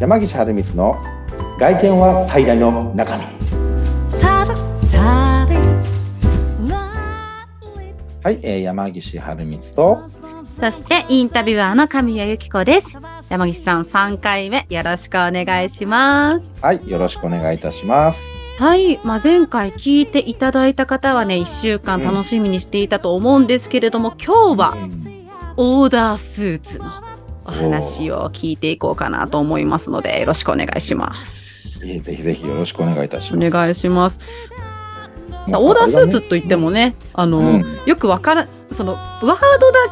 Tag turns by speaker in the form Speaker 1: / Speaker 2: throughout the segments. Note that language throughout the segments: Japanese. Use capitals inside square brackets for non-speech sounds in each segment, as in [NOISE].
Speaker 1: 山岸春光の外見は最大の中身
Speaker 2: そ
Speaker 1: はい、えー、山岸春光と
Speaker 2: してインタビュアーの神谷由紀子です山岸さん
Speaker 3: 3回目よろしくお願いします。
Speaker 1: はいよろしくお願いいたします
Speaker 3: はい、まあ、前回聞いていただいた方はね、1週間楽しみにしていたと思うんですけれども、今日はオーダースーツのお話を聞いていこうかなと思いますので、よろしくお願いします。
Speaker 1: ぜひぜひぜひよろしくお願いいたし
Speaker 3: お
Speaker 1: ます
Speaker 3: 願いします。さあ、
Speaker 1: も
Speaker 3: オ
Speaker 1: う
Speaker 3: ーダースーツ
Speaker 1: こ
Speaker 3: といってもね、あの、
Speaker 1: うん
Speaker 3: よくわから、その、ワードだ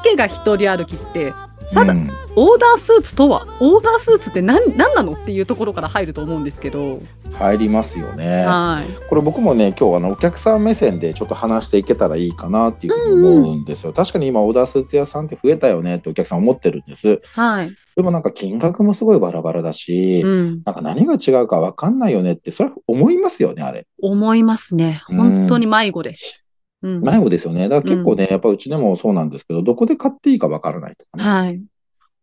Speaker 3: けが一人歩きして、
Speaker 1: れ
Speaker 3: さ
Speaker 1: が
Speaker 3: だ、
Speaker 1: ねうん
Speaker 3: オーダースーツとは、オーダースーツって何、何なのっていうところから入ると思うんですけど、
Speaker 1: 入りますよね
Speaker 3: はい。
Speaker 1: これ僕もね今日あのお客さん目線でちょっと話していけたらいいかなっていうふうに思うんですよ、確かに今オーダースーツ屋さんって増えたよねってお客さん思ってるんです
Speaker 3: はい。
Speaker 1: でもなんか金額もすごいバラバラだし、
Speaker 3: うん。
Speaker 1: なんか何が違うか分かんないよねってそれ思いますよねあれ
Speaker 3: 思いますね。
Speaker 1: うん
Speaker 3: 本当に迷子です。うん。
Speaker 1: 迷子ですよねだから結構ね、やっぱうちでもそうなんですけどどこで買っていいか分からないとかね、
Speaker 3: はい。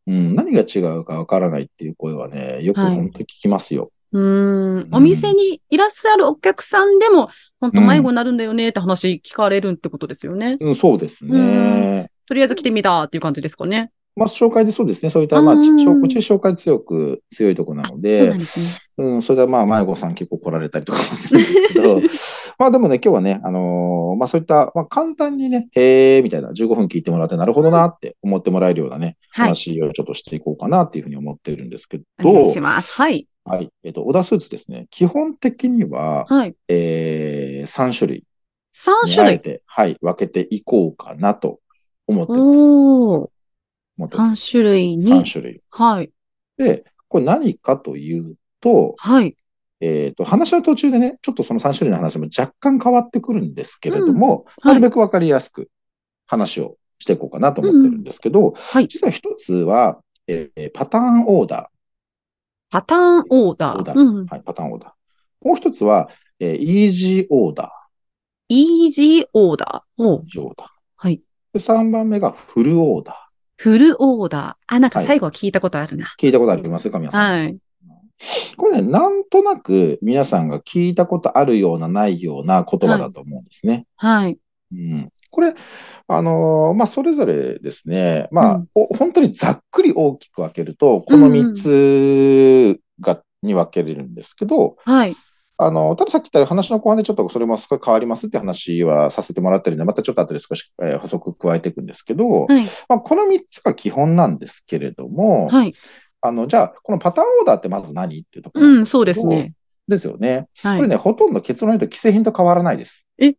Speaker 1: うん、何が違うか分からないっていう声はねよく
Speaker 3: はい
Speaker 1: 本当聞きますよ、
Speaker 3: うーん。お店にいらっしゃるお客さんでも、本当迷子になるんだよねって話聞かれるってことですよね。
Speaker 1: うん、そうですね、
Speaker 3: うんとりあえず来てみたっていう感じですかね。
Speaker 1: まあ紹介でそうですねそういったまあ
Speaker 3: うん
Speaker 1: ち紹うち紹介強く強いとこなの
Speaker 3: そうな
Speaker 1: で
Speaker 3: んですね。
Speaker 1: うん、それでまあ、迷子さん結構来られたりとかもするんですけど、
Speaker 3: [LAUGHS]
Speaker 1: まあでもね、今日はね、あのーまあそういった、まあ簡単にね、へえ、みたいな、15分聞いてもらって、なるほどなって思ってもらえるようなね、
Speaker 3: はい。
Speaker 1: 話をちょっとしていこうかなっていうふうに思ってるんですけど、
Speaker 3: お願いします。はい。
Speaker 1: はい。えっと、オダスーツですね、基本的には、
Speaker 3: はい。
Speaker 1: えー、3種類
Speaker 3: 3
Speaker 1: に
Speaker 3: 種
Speaker 1: あえ
Speaker 3: 類。
Speaker 1: て、はい、分けていこうかなと思ってます。
Speaker 3: おー。
Speaker 1: 思ってます。
Speaker 3: 3種類
Speaker 1: 3
Speaker 3: に。
Speaker 1: 種類。
Speaker 3: はい。
Speaker 1: で、これ何かというと、
Speaker 3: はい。
Speaker 1: えっ、と、話の途中でね、ちょっとその3種類の話も若干変わってくるんですけれども、
Speaker 3: うんはい
Speaker 1: なるべくわかりやすく話をしていこうかなと思ってるんですけど、
Speaker 3: はい。
Speaker 1: 実は一つは、えーパターンオーダ
Speaker 3: パターンオー
Speaker 1: ー。
Speaker 3: ダ
Speaker 1: オー
Speaker 3: ー。
Speaker 1: ダー
Speaker 3: うん。
Speaker 1: はい、パターンオーダー。もう一つは、えーイージーオーダ
Speaker 3: イージーオーダー。おう
Speaker 1: ー。イージーオーダー。
Speaker 3: はい。
Speaker 1: で、3番目がフルオーダ
Speaker 3: フルオーダー。あ、なんか
Speaker 1: はい
Speaker 3: 最後は聞いたことあるな。
Speaker 1: ー。聞いたことあります神谷さん。
Speaker 3: はい。
Speaker 1: これね、なんとなく皆さんが聞いたことあるような、ないような言葉だと思うんですね。
Speaker 3: はい。
Speaker 1: うんこれ、あのーまあ、それぞれですね、まあ
Speaker 3: うん
Speaker 1: お本当にざっくり大きく分けると、この
Speaker 3: うんうん
Speaker 1: 3つが、に分けれるんですけど、
Speaker 3: はい。
Speaker 1: あのたださっき言った話の後半でちょっとそれもすごい変わりますって話はさせてもらってるんで、またちょっと後で少し、えー補足加えていくんですけど、
Speaker 3: はい。
Speaker 1: まあ、この3つが基本なんですけれども、
Speaker 3: はい。
Speaker 1: あのじゃあ、このパターンオーダーってまず何っていうところ
Speaker 3: う
Speaker 1: なん
Speaker 3: ん、そうですね。
Speaker 1: ですよね。
Speaker 3: は
Speaker 1: これ
Speaker 3: い。
Speaker 1: ね、ほとんど結論言うと既製品と変わらないです。
Speaker 3: え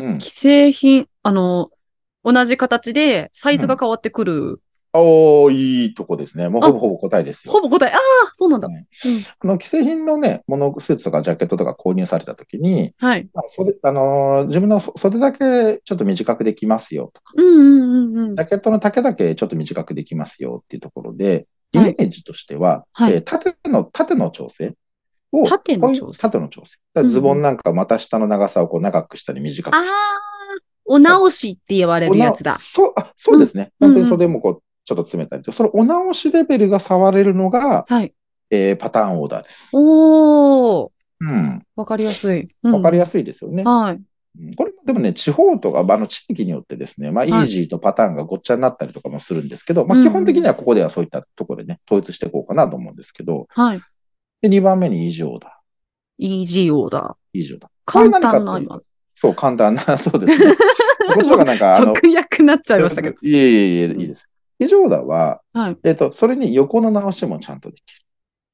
Speaker 1: うん、
Speaker 3: 既製品、あの、同じ形でサイズが変わってくる。
Speaker 1: おー、いいとこですね。もう
Speaker 3: あ
Speaker 1: ほぼほぼ答えですよ。
Speaker 3: ほぼ答え、ああ、そうなんだ。
Speaker 1: ね
Speaker 3: うん
Speaker 1: あの、既製品のね、もの、スーツとかジャケットとか購入されたときに、
Speaker 3: はい。
Speaker 1: まあ袖、あのー自分のそ袖だけちょっと短くできますよとか、
Speaker 3: うんうんうんうん
Speaker 1: ジ。ャケットの丈だけちょっと短くできますよっていうところで、イ
Speaker 3: はい
Speaker 1: メージとしては、
Speaker 3: はい
Speaker 1: えー縦の、縦の調整を、
Speaker 3: 縦の
Speaker 1: ポイン
Speaker 3: 調整
Speaker 1: ト縦の調整。だからズボンなんかまた下の長さをこう長くしたり短く
Speaker 3: ああ
Speaker 1: し、
Speaker 3: お直しって言わ
Speaker 1: た
Speaker 3: れ
Speaker 1: り。
Speaker 3: るやつだ
Speaker 1: おな。そう、あ、そうですね。
Speaker 3: うん
Speaker 1: 本当に袖もこう、ちょっと詰めたりと、そのお直しレベルが触れるのが、
Speaker 3: はい。
Speaker 1: えーパターンオーダーです。
Speaker 3: おー、
Speaker 1: うん。
Speaker 3: わかりやすい。
Speaker 1: わかり
Speaker 3: や
Speaker 1: やすいですよね。
Speaker 3: はい。
Speaker 1: うんこれでもね、地方とか、まああの地域によってですね、まあ、イ
Speaker 3: はい
Speaker 1: ージーとパターンがごっちゃになったりとかもするんですけど、ま
Speaker 3: う
Speaker 1: あ、
Speaker 3: ん
Speaker 1: 基本的にはここではそういったところでね、統一していこうかなと思うんですけど、
Speaker 3: はい。
Speaker 1: で、2番目に異常だ。
Speaker 3: イージーオーダー。
Speaker 1: 異常だ。
Speaker 3: 簡単な
Speaker 1: これ何か
Speaker 3: 今
Speaker 1: っていうと。そう、簡単な、 [LAUGHS] そうです
Speaker 3: [LAUGHS]
Speaker 1: ね。こっちの方がなんか、あの、
Speaker 3: 直訳になっちゃいましたけど。
Speaker 1: いえいえいえ、いいです。異常だは、
Speaker 3: はい。
Speaker 1: えっ、と、それに横の直しもちゃんとできる。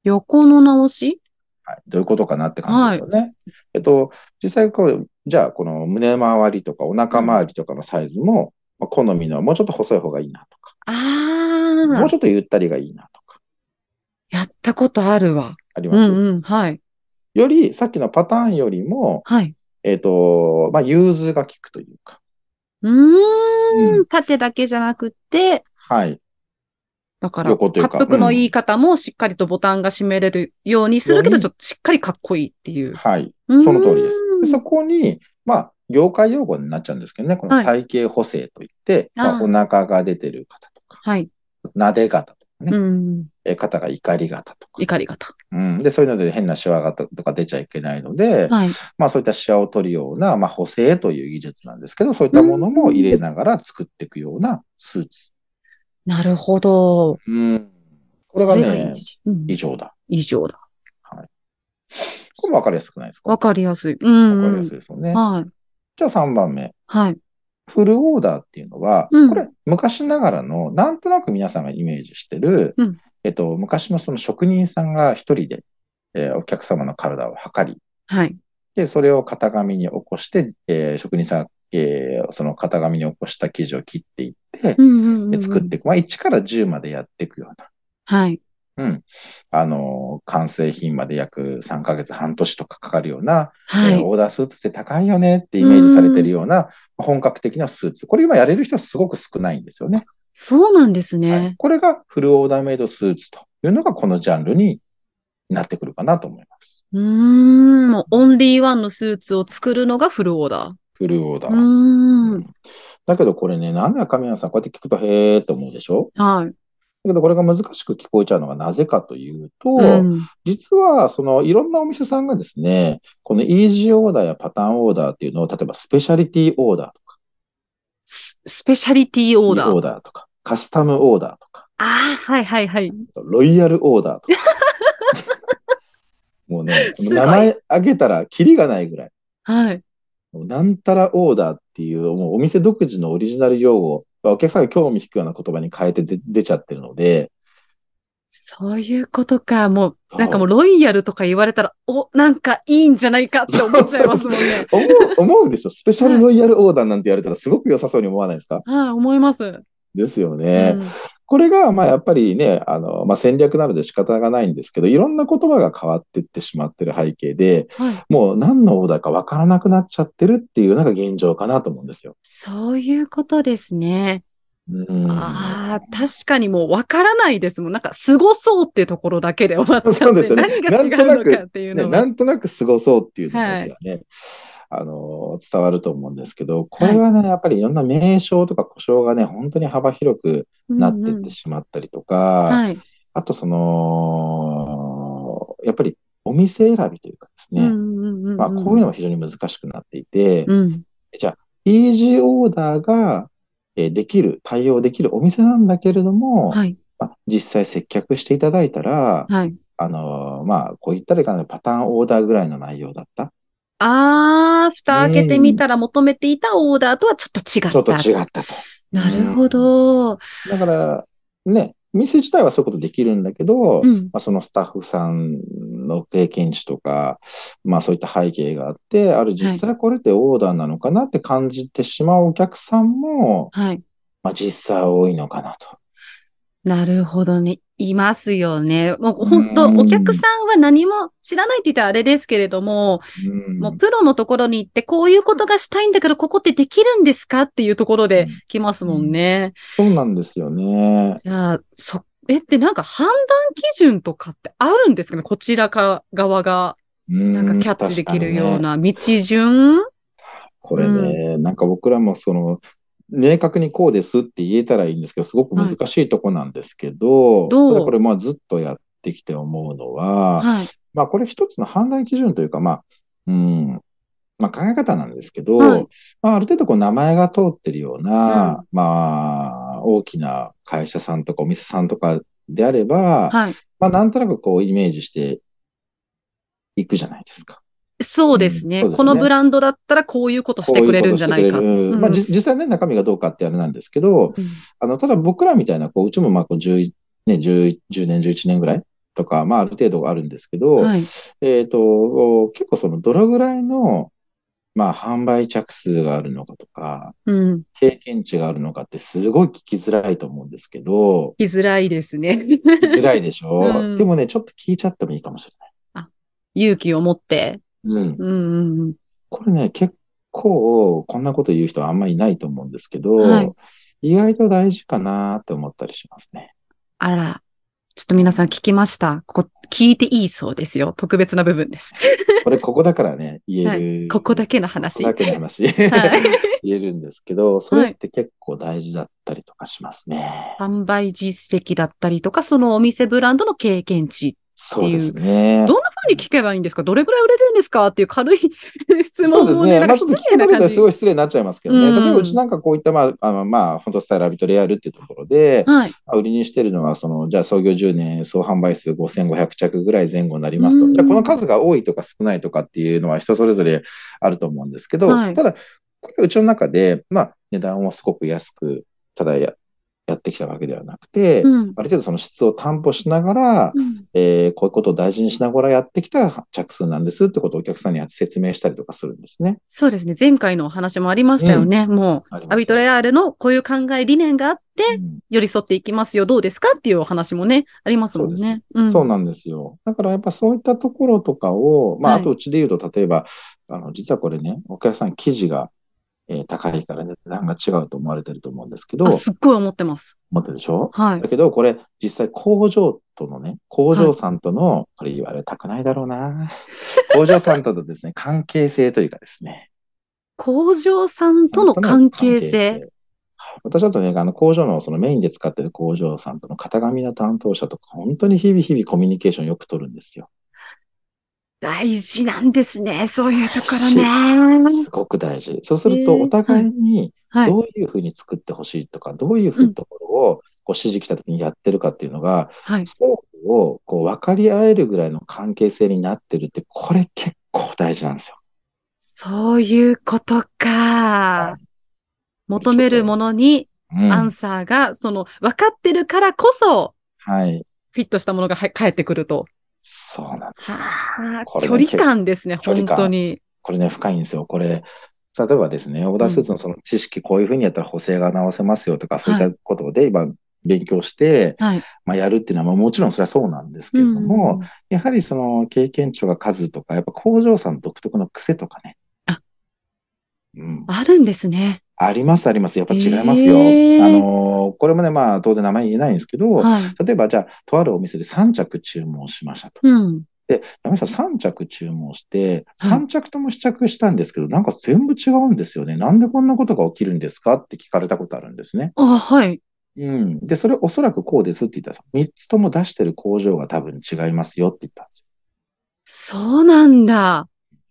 Speaker 3: 横の直し
Speaker 1: はい、どういうことかなって感じですよね。えっと、実際こう、じゃあ、この胸周りとかお腹周りとかのサイズも、まあ好みのはもうちょっと細い方がいいなとか、
Speaker 3: あ
Speaker 1: もう
Speaker 3: あ、
Speaker 1: ちょっとゆったりがいいなとか、
Speaker 3: やったことあるわ。
Speaker 1: あり
Speaker 3: う
Speaker 1: ます。
Speaker 3: んうん。はい。
Speaker 1: より、さっきのパターンよりも、
Speaker 3: はい。
Speaker 1: えっと、まあ、融通が効くというか、
Speaker 3: うー、
Speaker 1: うん
Speaker 3: 縦だけじゃなくて、
Speaker 1: はい。
Speaker 3: だから、
Speaker 1: 横というか
Speaker 3: 滑腹の言い方もしっかりとボタンが締めれるようにするけど、
Speaker 1: うん
Speaker 3: ちょっとしっかりかっこいいっていう。
Speaker 1: はい。
Speaker 3: うん
Speaker 1: その通りです。でそこに、まあ、業界用語になっちゃうんですけどね、こ
Speaker 3: は
Speaker 1: の
Speaker 3: い
Speaker 1: 体型補正といって、まあ
Speaker 3: あー
Speaker 1: お腹が出てる方とか、
Speaker 3: はい。
Speaker 1: 撫で方とか、ね、
Speaker 3: うん。
Speaker 1: え肩が怒り型とか、
Speaker 3: 怒りがと。
Speaker 1: うん、でそういうので変なシワがとか出ちゃいけないので、
Speaker 3: はい。
Speaker 1: まあ、そういったシワを取るような、まあ、補正という技術なんですけどそういったものも入れながら作っていくようなスーツ。
Speaker 3: なるほど。
Speaker 1: うん、これが
Speaker 3: そい
Speaker 1: ね
Speaker 3: いしうん
Speaker 1: 異常だ。
Speaker 3: 以上だ。
Speaker 1: これも分かりやすくないですか
Speaker 3: わかりやすい。うん、
Speaker 1: わ
Speaker 3: う
Speaker 1: かり
Speaker 3: ん
Speaker 1: やすいですよね。
Speaker 3: はい。
Speaker 1: じゃあ3番目。
Speaker 3: はい。
Speaker 1: フルオーダーっていうのは、
Speaker 3: うん
Speaker 1: これ昔ながらの、なんとなく皆さんがイメージしてる、
Speaker 3: うん
Speaker 1: えっと、昔のその職人さんが一人で、えーお客様の体を測り、
Speaker 3: はい。
Speaker 1: で、それを型紙に起こして、えー職人さん、えーその型紙に起こした生地を切っていって、
Speaker 3: うんうんうんう
Speaker 1: で
Speaker 3: ん。
Speaker 1: 作っていく。まあ、1から10までやっていくような。
Speaker 3: はい。
Speaker 1: うん。あのー完成品まで約3ヶ月、半年とかかかるような、
Speaker 3: は
Speaker 1: えー
Speaker 3: い。
Speaker 1: オーダースーツって高いよねってイメージされてるような、本格的なスーツ。これ今やれる人すごく少ないんですよね。
Speaker 3: そうなんです
Speaker 1: はい
Speaker 3: ね。
Speaker 1: これがフルオーダーメイドスーツというのがこのジャンルになってくるかなと思います。
Speaker 3: うーん。もうオンリーワンのスーツを作るのがフルオーダ
Speaker 1: フルオーダ
Speaker 3: ー。
Speaker 1: ー。
Speaker 3: うーん。
Speaker 1: だけどこれね、なんだ神谷さん、こうやって聞くとへーと思うでしょ
Speaker 3: はい。
Speaker 1: だけどこれが難しく聞こえちゃうのがなぜかというと、
Speaker 3: うん。
Speaker 1: 実はそのいろんなお店さんがですね、このイージーオーダーやパターンオーダーっていうのを、例えばスペシャリティオーダーとか、
Speaker 3: ススペシャリティオーダ
Speaker 1: キ
Speaker 3: ー。
Speaker 1: とか、カスタムオーダーとか、
Speaker 3: ああ、はいはいはい。
Speaker 1: ロイヤルオー
Speaker 3: [LAUGHS]
Speaker 1: ダーとか。もうね、
Speaker 3: すごい
Speaker 1: 名前挙げたらキリがないぐらい。
Speaker 3: はい。
Speaker 1: なんたらオーダーっていう、もうお店独自のオリジナル用語、お客さんが興味引くような言葉に変えてで出ちゃってるので、
Speaker 3: そういうことか。も
Speaker 1: そう
Speaker 3: う、なんかもうロイヤルとか言われたら、お、なんかいいんじゃないかって思っちゃいますもん
Speaker 1: [LAUGHS]
Speaker 3: ね。
Speaker 1: 思う、思うでしょスペシャルロイヤルオーダーなんて言われたらすごく良さそうに思わないですか
Speaker 3: はい、思います。
Speaker 1: ですよ
Speaker 3: う
Speaker 1: ね。
Speaker 3: ん。
Speaker 1: これが、まあやっぱりね、あの、まあ戦略なので仕方がないんですけど、いろんな言葉が変わってってしまってる背景で、
Speaker 3: はい。
Speaker 1: もう何のオーダーかわからなくなっちゃってるっていうのが現状かなと思うんですよ。
Speaker 3: そういうことですね。
Speaker 1: うん。
Speaker 3: ああ、確かにもう分からないですもん。なんか、すごそうっていうところだけで終わっちゃ
Speaker 1: そう
Speaker 3: う
Speaker 1: で
Speaker 3: ん
Speaker 1: す
Speaker 3: で、
Speaker 1: よね
Speaker 3: 何が違うのかっていう
Speaker 1: ね、
Speaker 3: の
Speaker 1: な
Speaker 3: は。
Speaker 1: んとなく過ごそうっていうのだけはね、あのー伝わると思うんですけど、これはね、やっぱりいろんな名称とか故障がね、本当に幅広くなっていってしまったりとか、
Speaker 3: うんうんはい。
Speaker 1: あとその、やっぱりお店選びというかですね、まあ、こういうの
Speaker 3: の。
Speaker 1: も非常に難しくなっていて、
Speaker 3: うん。
Speaker 1: イージーオーダーがえーできる、対応できるお店なんだけれども、
Speaker 3: はい。
Speaker 1: まあ、実際接客していただいたら、
Speaker 3: はい。
Speaker 1: あのーまあ、こう言ったらいかないパターンオーダーぐらいの内容だった。
Speaker 3: ああ、蓋開けてみたら求めていたオーダーとはちょっ
Speaker 1: ちょっ
Speaker 3: と
Speaker 1: と
Speaker 3: 違った。
Speaker 1: 違った
Speaker 3: [LAUGHS]
Speaker 1: と。
Speaker 3: なるほど。
Speaker 1: だから、ね、店自体はそういうことできるんだけど、
Speaker 3: うん。
Speaker 1: まあ、そのスタッフさんの経験値とか、まあそういった背景があって、ある実際これってオーダーなのかなって感じてしまうお客さんも、
Speaker 3: はい。
Speaker 1: まあ実際多いのかなと。
Speaker 3: なるほどね。いますよね。もう本当、
Speaker 1: うん
Speaker 3: お客さんは何も知らないって言ったらあれですけれども、
Speaker 1: うん
Speaker 3: もうプロのところに行って、こういうことがしたいんだけど、ここってできるんですかっていうところ
Speaker 1: う
Speaker 3: で
Speaker 1: ん
Speaker 3: 来ますもんね。
Speaker 1: そうなんですよね。
Speaker 3: じゃあ、そ、えってなんか判断基準とかってあるんですかねこちらか側が、
Speaker 1: な
Speaker 3: なんかキャッチできるよう
Speaker 1: ね、
Speaker 3: な道順、
Speaker 1: これね、なんか僕らもその、明確にこうですって言えたらいいんですけど、すごく難しいとこなんですけど、
Speaker 3: どう
Speaker 1: ただこれまあずっとやってきて思うのは、
Speaker 3: はい。
Speaker 1: まあ、これ一つの判断基準というか、まあ、うん、まあ、考え方なんですけど、
Speaker 3: はい
Speaker 1: まあ、ある程度こう名前が通ってるような、まあ、大きな会社さんとかお店さんとかであれば、
Speaker 3: はい。
Speaker 1: まあ、なんとなくこうイメージしていくじゃないですか。
Speaker 3: そうですね。
Speaker 1: うんそうですね
Speaker 3: このブランドだったらこういうことしてくれるんじゃないか。
Speaker 1: こういうことしてくれる
Speaker 3: うん
Speaker 1: まあ、じ実際ね、中身がどうかってあれなんですけど、
Speaker 3: うん
Speaker 1: あの、ただ僕らみたいな、こう、うちもまあ、こう11、ね、10, 10年、11年ぐらいとか、まあ、ある程度あるんですけど、
Speaker 3: はい。
Speaker 1: えっと、結構そのどれぐらいの、まあ、販売着数があるのかとか、
Speaker 3: うん。
Speaker 1: 経験値があるのかってすごい聞きづらいと思うんですけど、
Speaker 3: 居づらいですね。
Speaker 1: 聞きづらいでしょ、
Speaker 3: [LAUGHS] うん
Speaker 1: でもね、ちょっと聞いちゃってもいいかもし
Speaker 3: 勇気を持って。
Speaker 1: れない。うん。
Speaker 3: うんうん
Speaker 1: これね、結構こんなこと言う人はあんまりいないと思うんですけど、
Speaker 3: はい
Speaker 1: 意外と大事かなって思ったりしますね。
Speaker 3: あら、ちょっと皆さん聞きました。ここ聞いていいそうですよ。特別な部分です。
Speaker 1: これここだからね、言
Speaker 3: は
Speaker 1: える。
Speaker 3: ここだけの
Speaker 1: こ
Speaker 3: 話。
Speaker 1: こだけの話。
Speaker 3: はい。
Speaker 1: [LAUGHS] 言えるんですけど、それって結構大事だったりとかしますね。
Speaker 3: 販売実績だったりとか、そのお店ブランドの経験値。
Speaker 1: そうですね。
Speaker 3: どんな風に聞けばいいんですかどれぐらい売れてるんですかっていう軽い [LAUGHS] 質
Speaker 1: そう
Speaker 3: 問
Speaker 1: です
Speaker 3: を
Speaker 1: ね。
Speaker 3: ね、なん
Speaker 1: ま
Speaker 3: か
Speaker 1: あ、ちょっと聞く
Speaker 3: 失礼
Speaker 1: だけ
Speaker 3: な
Speaker 1: で
Speaker 3: 感
Speaker 1: は
Speaker 3: じ。
Speaker 1: すごい失礼になっちゃいますけどね。
Speaker 3: うん
Speaker 1: 例えば、うちなんかこういった、まあ、あのまあ、本当スタイルアビトレアルっていうところで、
Speaker 3: はい。
Speaker 1: まあ売りにしてるのは、その、じゃあ創業10年、総販売数5500着ぐらい前後になります
Speaker 3: う
Speaker 1: と。
Speaker 3: ん
Speaker 1: じゃあ、この数が多いとか少ないとかっていうのは人それぞれあると思うんですけど、
Speaker 3: はい
Speaker 1: ただ、これうちの中で、まあ、値段をすごく安く、ただややってきたわけではなくて、
Speaker 3: うん。
Speaker 1: ある程度その質を担保しながら、
Speaker 3: うん
Speaker 1: えーこういうことを大事にしながらやってきた着数なんですってことをお客さんに説明したりとかするんですね。
Speaker 3: そうですね。前回のお話もありましたよね。も
Speaker 1: あり
Speaker 3: う、
Speaker 1: ます
Speaker 3: アビトレアールのこういう考え、理念があって、
Speaker 1: うん
Speaker 3: 寄り添っていきますよ。どうですかっていうお話もね、あります
Speaker 1: そ
Speaker 3: も
Speaker 1: うんです
Speaker 3: ね
Speaker 1: ね。。そう
Speaker 3: な
Speaker 1: なんですよ。だからやっぱそういったところとかを、まあ、
Speaker 3: は
Speaker 1: あ
Speaker 3: い
Speaker 1: とうちで言うと、例えば、あの、実はこれね、お客さん生地が、えー高いから値段が違うと思われてると思うんですけど、
Speaker 3: あ、すっごい思ってます。
Speaker 1: 思ってるでしょ
Speaker 3: はい
Speaker 1: だ。けど、これ、実際工場とのね、工場さんとの、これ言われたくないだろうな。工場さんとのですね、関係性というかですね。
Speaker 3: 工場さんとの関係性。。
Speaker 1: 私だとね、あの工場のそのメインで使ってる工場さんとの型紙の担当者とか、本当に日々日々コミュニケーションよく取るんですよ。
Speaker 3: 大事なんですね。そういうところ
Speaker 1: す
Speaker 3: ね。
Speaker 1: ごく大事。そうすると、
Speaker 3: えー
Speaker 1: お互いに
Speaker 3: はい。
Speaker 1: どういうふうに作ってほしいとか、どういうふうなところをこう指示来た時にやってるかっていうのが、
Speaker 3: はい。
Speaker 1: 双方をこう分かり合えるぐらいの関係性になってるって、これ結構大事なんですよ。
Speaker 3: そういうこと
Speaker 1: は
Speaker 3: か
Speaker 1: い。
Speaker 3: 求めるものに
Speaker 1: うん
Speaker 3: アンサーが、その、分かってるからこそ、
Speaker 1: はい。
Speaker 3: フィットしたものがは返ってくると。
Speaker 1: そうなんです。
Speaker 3: はあ、
Speaker 1: こ
Speaker 3: 距
Speaker 1: れ
Speaker 3: 離
Speaker 1: ね
Speaker 3: 感ですね、
Speaker 1: 距離
Speaker 3: 本
Speaker 1: 感
Speaker 3: 当に。
Speaker 1: これね、深いんですよ。これ、例えばですね、オーダースーツのその知識、こういうふうにやったら補正が直せますよとか、そういったことで今、勉強して、
Speaker 3: はい。
Speaker 1: まあ、やるっていうのは、まあもちろんそれはそうなんですけれども、やはりその経験値が数とか、やっぱ工場さん独特の癖とかね。
Speaker 3: あ
Speaker 1: うん。
Speaker 3: あるんですね。
Speaker 1: あります、あります。やっぱ違いますよ。
Speaker 3: へー
Speaker 1: あのーこれもね、まあ、当然名前言えないんですけど、
Speaker 3: はい。
Speaker 1: 例えば、じゃあ、とあるお店で3着注文しましたと。
Speaker 3: うん。
Speaker 1: 山下さん3着注文して、
Speaker 3: はい
Speaker 1: 3着とも試着したんですけど、なんか全部違うんですよね。なんでこんなことが起きるんですかって聞かれたことあるんですね。
Speaker 3: あ、はい。
Speaker 1: うん。で、それおそらくこうですって言ったら、3つとも出してる工場が多分違いますよって言ったんですよ。
Speaker 3: そうなんだ。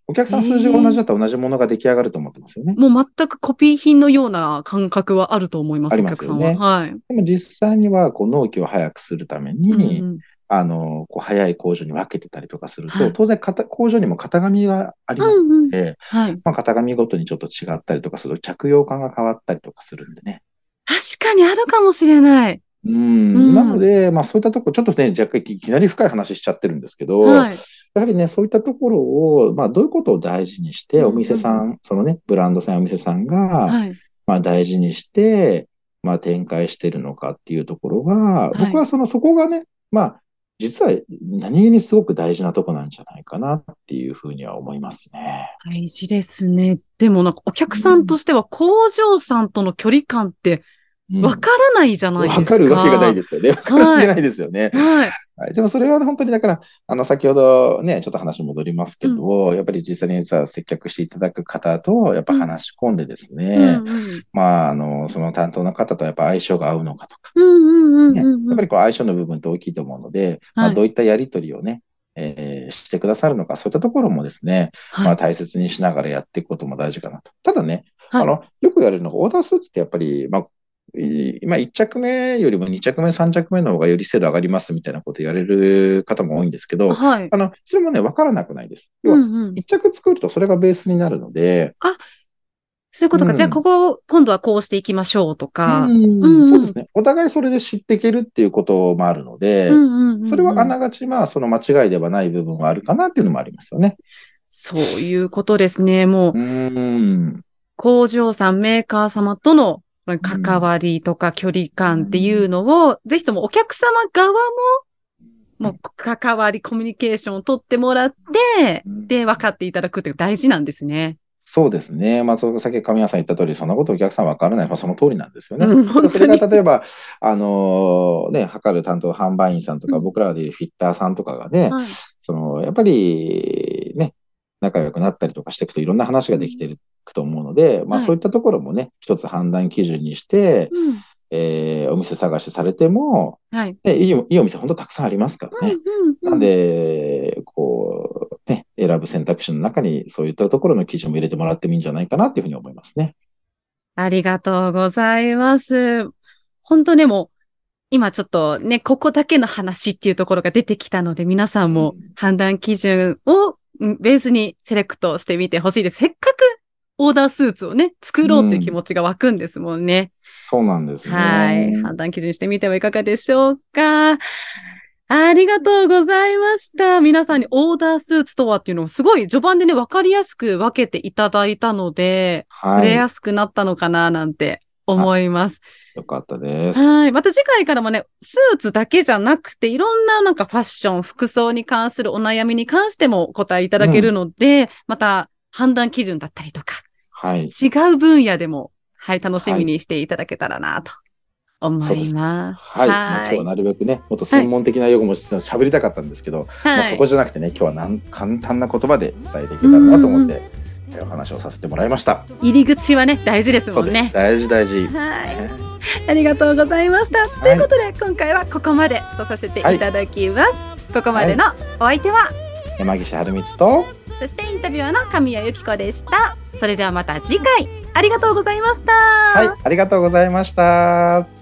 Speaker 1: お客さん数字が同じだったら同じものが出来上がると思ってますよね。
Speaker 3: もう全くコピー品のような感覚はあると思いま
Speaker 1: あ
Speaker 3: す、
Speaker 1: り
Speaker 3: お
Speaker 1: ま
Speaker 3: 客
Speaker 1: す
Speaker 3: さ
Speaker 1: よ
Speaker 3: ん
Speaker 1: ね
Speaker 3: は。はい。
Speaker 1: でも実際には、こう、納期を早くするために、
Speaker 3: うん
Speaker 1: あの、こう、早い工場に分けてたりとかする
Speaker 3: は
Speaker 1: と、
Speaker 3: い
Speaker 1: 当然型、工場にも型紙があり
Speaker 3: う
Speaker 1: ます
Speaker 3: んうん
Speaker 1: の。で、
Speaker 3: はい。
Speaker 1: まあ、型紙ごとにちょっと違ったりとかすると、着用感が変わったりとかするんでね。
Speaker 3: 確かにあるかもしれない。
Speaker 1: う
Speaker 3: うん
Speaker 1: ん、なので、まあそういったところ、ちょっとね、若干いきなり深い話しちゃってるんですけど、
Speaker 3: はい。
Speaker 1: やはりね、そういったところを、まあどういうことを大事にして、
Speaker 3: うん
Speaker 1: お店さん、そのね、ブランドさんやお店さんが、
Speaker 3: はい。
Speaker 1: まあ大事にして、まあ展開してるのかっていうところが、
Speaker 3: い
Speaker 1: 僕はその、そこがね、まあ、実は何気にすごく大事なとこなんじゃないかなっていうふうには思いますね。
Speaker 3: 大事ですね。でもなんかお客さんとしては工場さんとの距離感って
Speaker 1: うん
Speaker 3: わからないじゃない
Speaker 1: わ
Speaker 3: です
Speaker 1: か
Speaker 3: か。
Speaker 1: るわけがないですよね。わかるわけがないですよね。
Speaker 3: はい。
Speaker 1: はい、でもそれは本当にだから、あの、先ほどね、ちょっと話戻りますけど、やっぱり実際にさ、接客していただく方と、やっぱ話し込んでですね、
Speaker 3: うんうん
Speaker 1: まあ、あの、その担当の方とやっぱ相性が合うのかとか、
Speaker 3: うんうんうん
Speaker 1: ね、
Speaker 3: う
Speaker 1: や
Speaker 3: んう
Speaker 1: っ
Speaker 3: ん
Speaker 1: ぱりこう相性の部分って大きいと思うので、ま
Speaker 3: は
Speaker 1: あ、
Speaker 3: い
Speaker 1: どういったやりとりをね、えーしてくださるのか、そういったところもですね、
Speaker 3: はい
Speaker 1: まあ、大切にしながらやっていくことも大事かなと。ただね、
Speaker 3: はい
Speaker 1: あの、よく言われるのが、オーダースーツってやっぱり、まあ、いまあ、1着目よりも2着目、3着目の方がより精度上がりますみたいなこと言われる方も多いんですけど、
Speaker 3: はい。
Speaker 1: あの、それもね、わからなくないです。要
Speaker 3: う
Speaker 1: は、
Speaker 3: んうん
Speaker 1: 1着作るとそれがベースになるので、
Speaker 3: そういうことか。
Speaker 1: うん
Speaker 3: じゃあ、ここを、今度はこうしていきましょうとか。
Speaker 1: うん
Speaker 3: うんうん
Speaker 1: そうですね。お互いそれで知っていけるっていうこともあるので、
Speaker 3: うんうんうんうん
Speaker 1: それはあながち、まあ、その間違いではない部分はあるかなっていうのもありますよね。
Speaker 3: そういうことですね。もう、
Speaker 1: うん。
Speaker 3: 工場さん、メーカー様との関わりとか距離感っていうのを、ぜひともお客様側も、もう関わり、コミュニケーションを取ってもらって、で、分かっていただくっていうのが大事なんですね。
Speaker 1: そうですね。まあ、その先、神谷さん言った通り、そんなことお客さんわからない。まあ、その通りなんですよね。
Speaker 3: うん本当に
Speaker 1: それが例えば、あのね、測る担当販売員さんとか、
Speaker 3: うん
Speaker 1: 僕らでいうフィッターさんとかがね、
Speaker 3: はい
Speaker 1: その、やっぱり、ね、仲良くなったりとかしていくといろんな話ができていくと思うので、まあ
Speaker 3: はい
Speaker 1: そういったところもね、一つ判断基準にして、
Speaker 3: うん
Speaker 1: えーお店探しされても、
Speaker 3: はい
Speaker 1: ね、いいおいいお店本当たくさんありますからね。
Speaker 3: うん
Speaker 1: な
Speaker 3: うんん
Speaker 1: で、こう、ね、選ぶ選択肢の中にそういったところの基準も入れてもらってもいいんじゃないかなっていうふうに思いますね。
Speaker 3: ありがとうございます。本当でも、今ちょっとね、ここだけの話っていうところが出てきたので、皆さんも
Speaker 1: うん
Speaker 3: 判断基準をうんベースにセレクトしてみてほしいです。せっかくオーダースーツをね、作ろうっていう気持ちが湧くんですもんね。
Speaker 1: そうなんですね。
Speaker 3: はい。判断基準してみてはいかがでしょうか。ありがとうございました。皆さんにオーダースーツとはっていうのをすごい序盤でね、わかりやすく分けていただいたので、
Speaker 1: は
Speaker 3: 触れ
Speaker 1: い。
Speaker 3: やすくなったのかななんて思います。
Speaker 1: よかったです。
Speaker 3: はい。また次回からもね、スーツだけじゃなくて、いろんななんかファッション、服装に関するお悩みに関してもお答えいただけるので、また判断基準だったりとか、
Speaker 1: はい。
Speaker 3: 違う分野でも、はい、楽しみにしていただけたらなと思
Speaker 1: そうで
Speaker 3: い
Speaker 1: す
Speaker 3: ます。
Speaker 1: はい。まあ
Speaker 3: は
Speaker 1: 今
Speaker 3: い
Speaker 1: 日はなるべくね、もっと専門的な用語も喋りたかったんですけど、まあ、
Speaker 3: は
Speaker 1: そ
Speaker 3: い
Speaker 1: こ。じゃなくてね、今日はなん簡単な言葉で伝えていけたらなと思って、えーお話をさせてもらいました。
Speaker 3: 入り口はね、大事です
Speaker 1: そ
Speaker 3: も
Speaker 1: うんです。
Speaker 3: ね。
Speaker 1: 大事大事。
Speaker 3: はい。ありがとうございました。ということで、今回はここまでとさせていただきます。ここまでのお相手は、
Speaker 1: 山岸春光と、
Speaker 3: そしてインタビュアーの神谷由紀子でした。それではまた次回、ありがとうございました。
Speaker 1: はい、ありがとうございました。